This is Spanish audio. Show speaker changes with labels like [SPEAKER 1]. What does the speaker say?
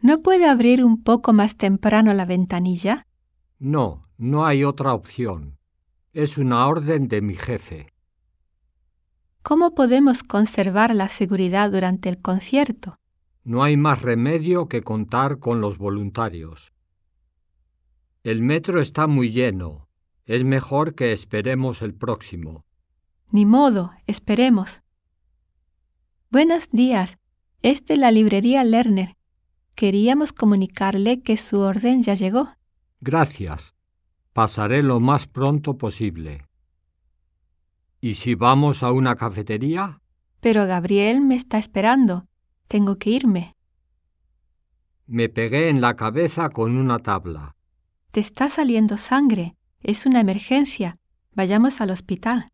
[SPEAKER 1] ¿No puede abrir un poco más temprano la ventanilla?
[SPEAKER 2] No, no hay otra opción. Es una orden de mi jefe.
[SPEAKER 1] ¿Cómo podemos conservar la seguridad durante el concierto?
[SPEAKER 2] No hay más remedio que contar con los voluntarios. El metro está muy lleno. Es mejor que esperemos el próximo.
[SPEAKER 1] Ni modo, esperemos. Buenos días. Es de la librería Lerner. Queríamos comunicarle que su orden ya llegó.
[SPEAKER 2] Gracias. Pasaré lo más pronto posible. ¿Y si vamos a una cafetería?
[SPEAKER 1] Pero Gabriel me está esperando. Tengo que irme.
[SPEAKER 2] Me pegué en la cabeza con una tabla.
[SPEAKER 1] Te está saliendo sangre. Es una emergencia. Vayamos al hospital.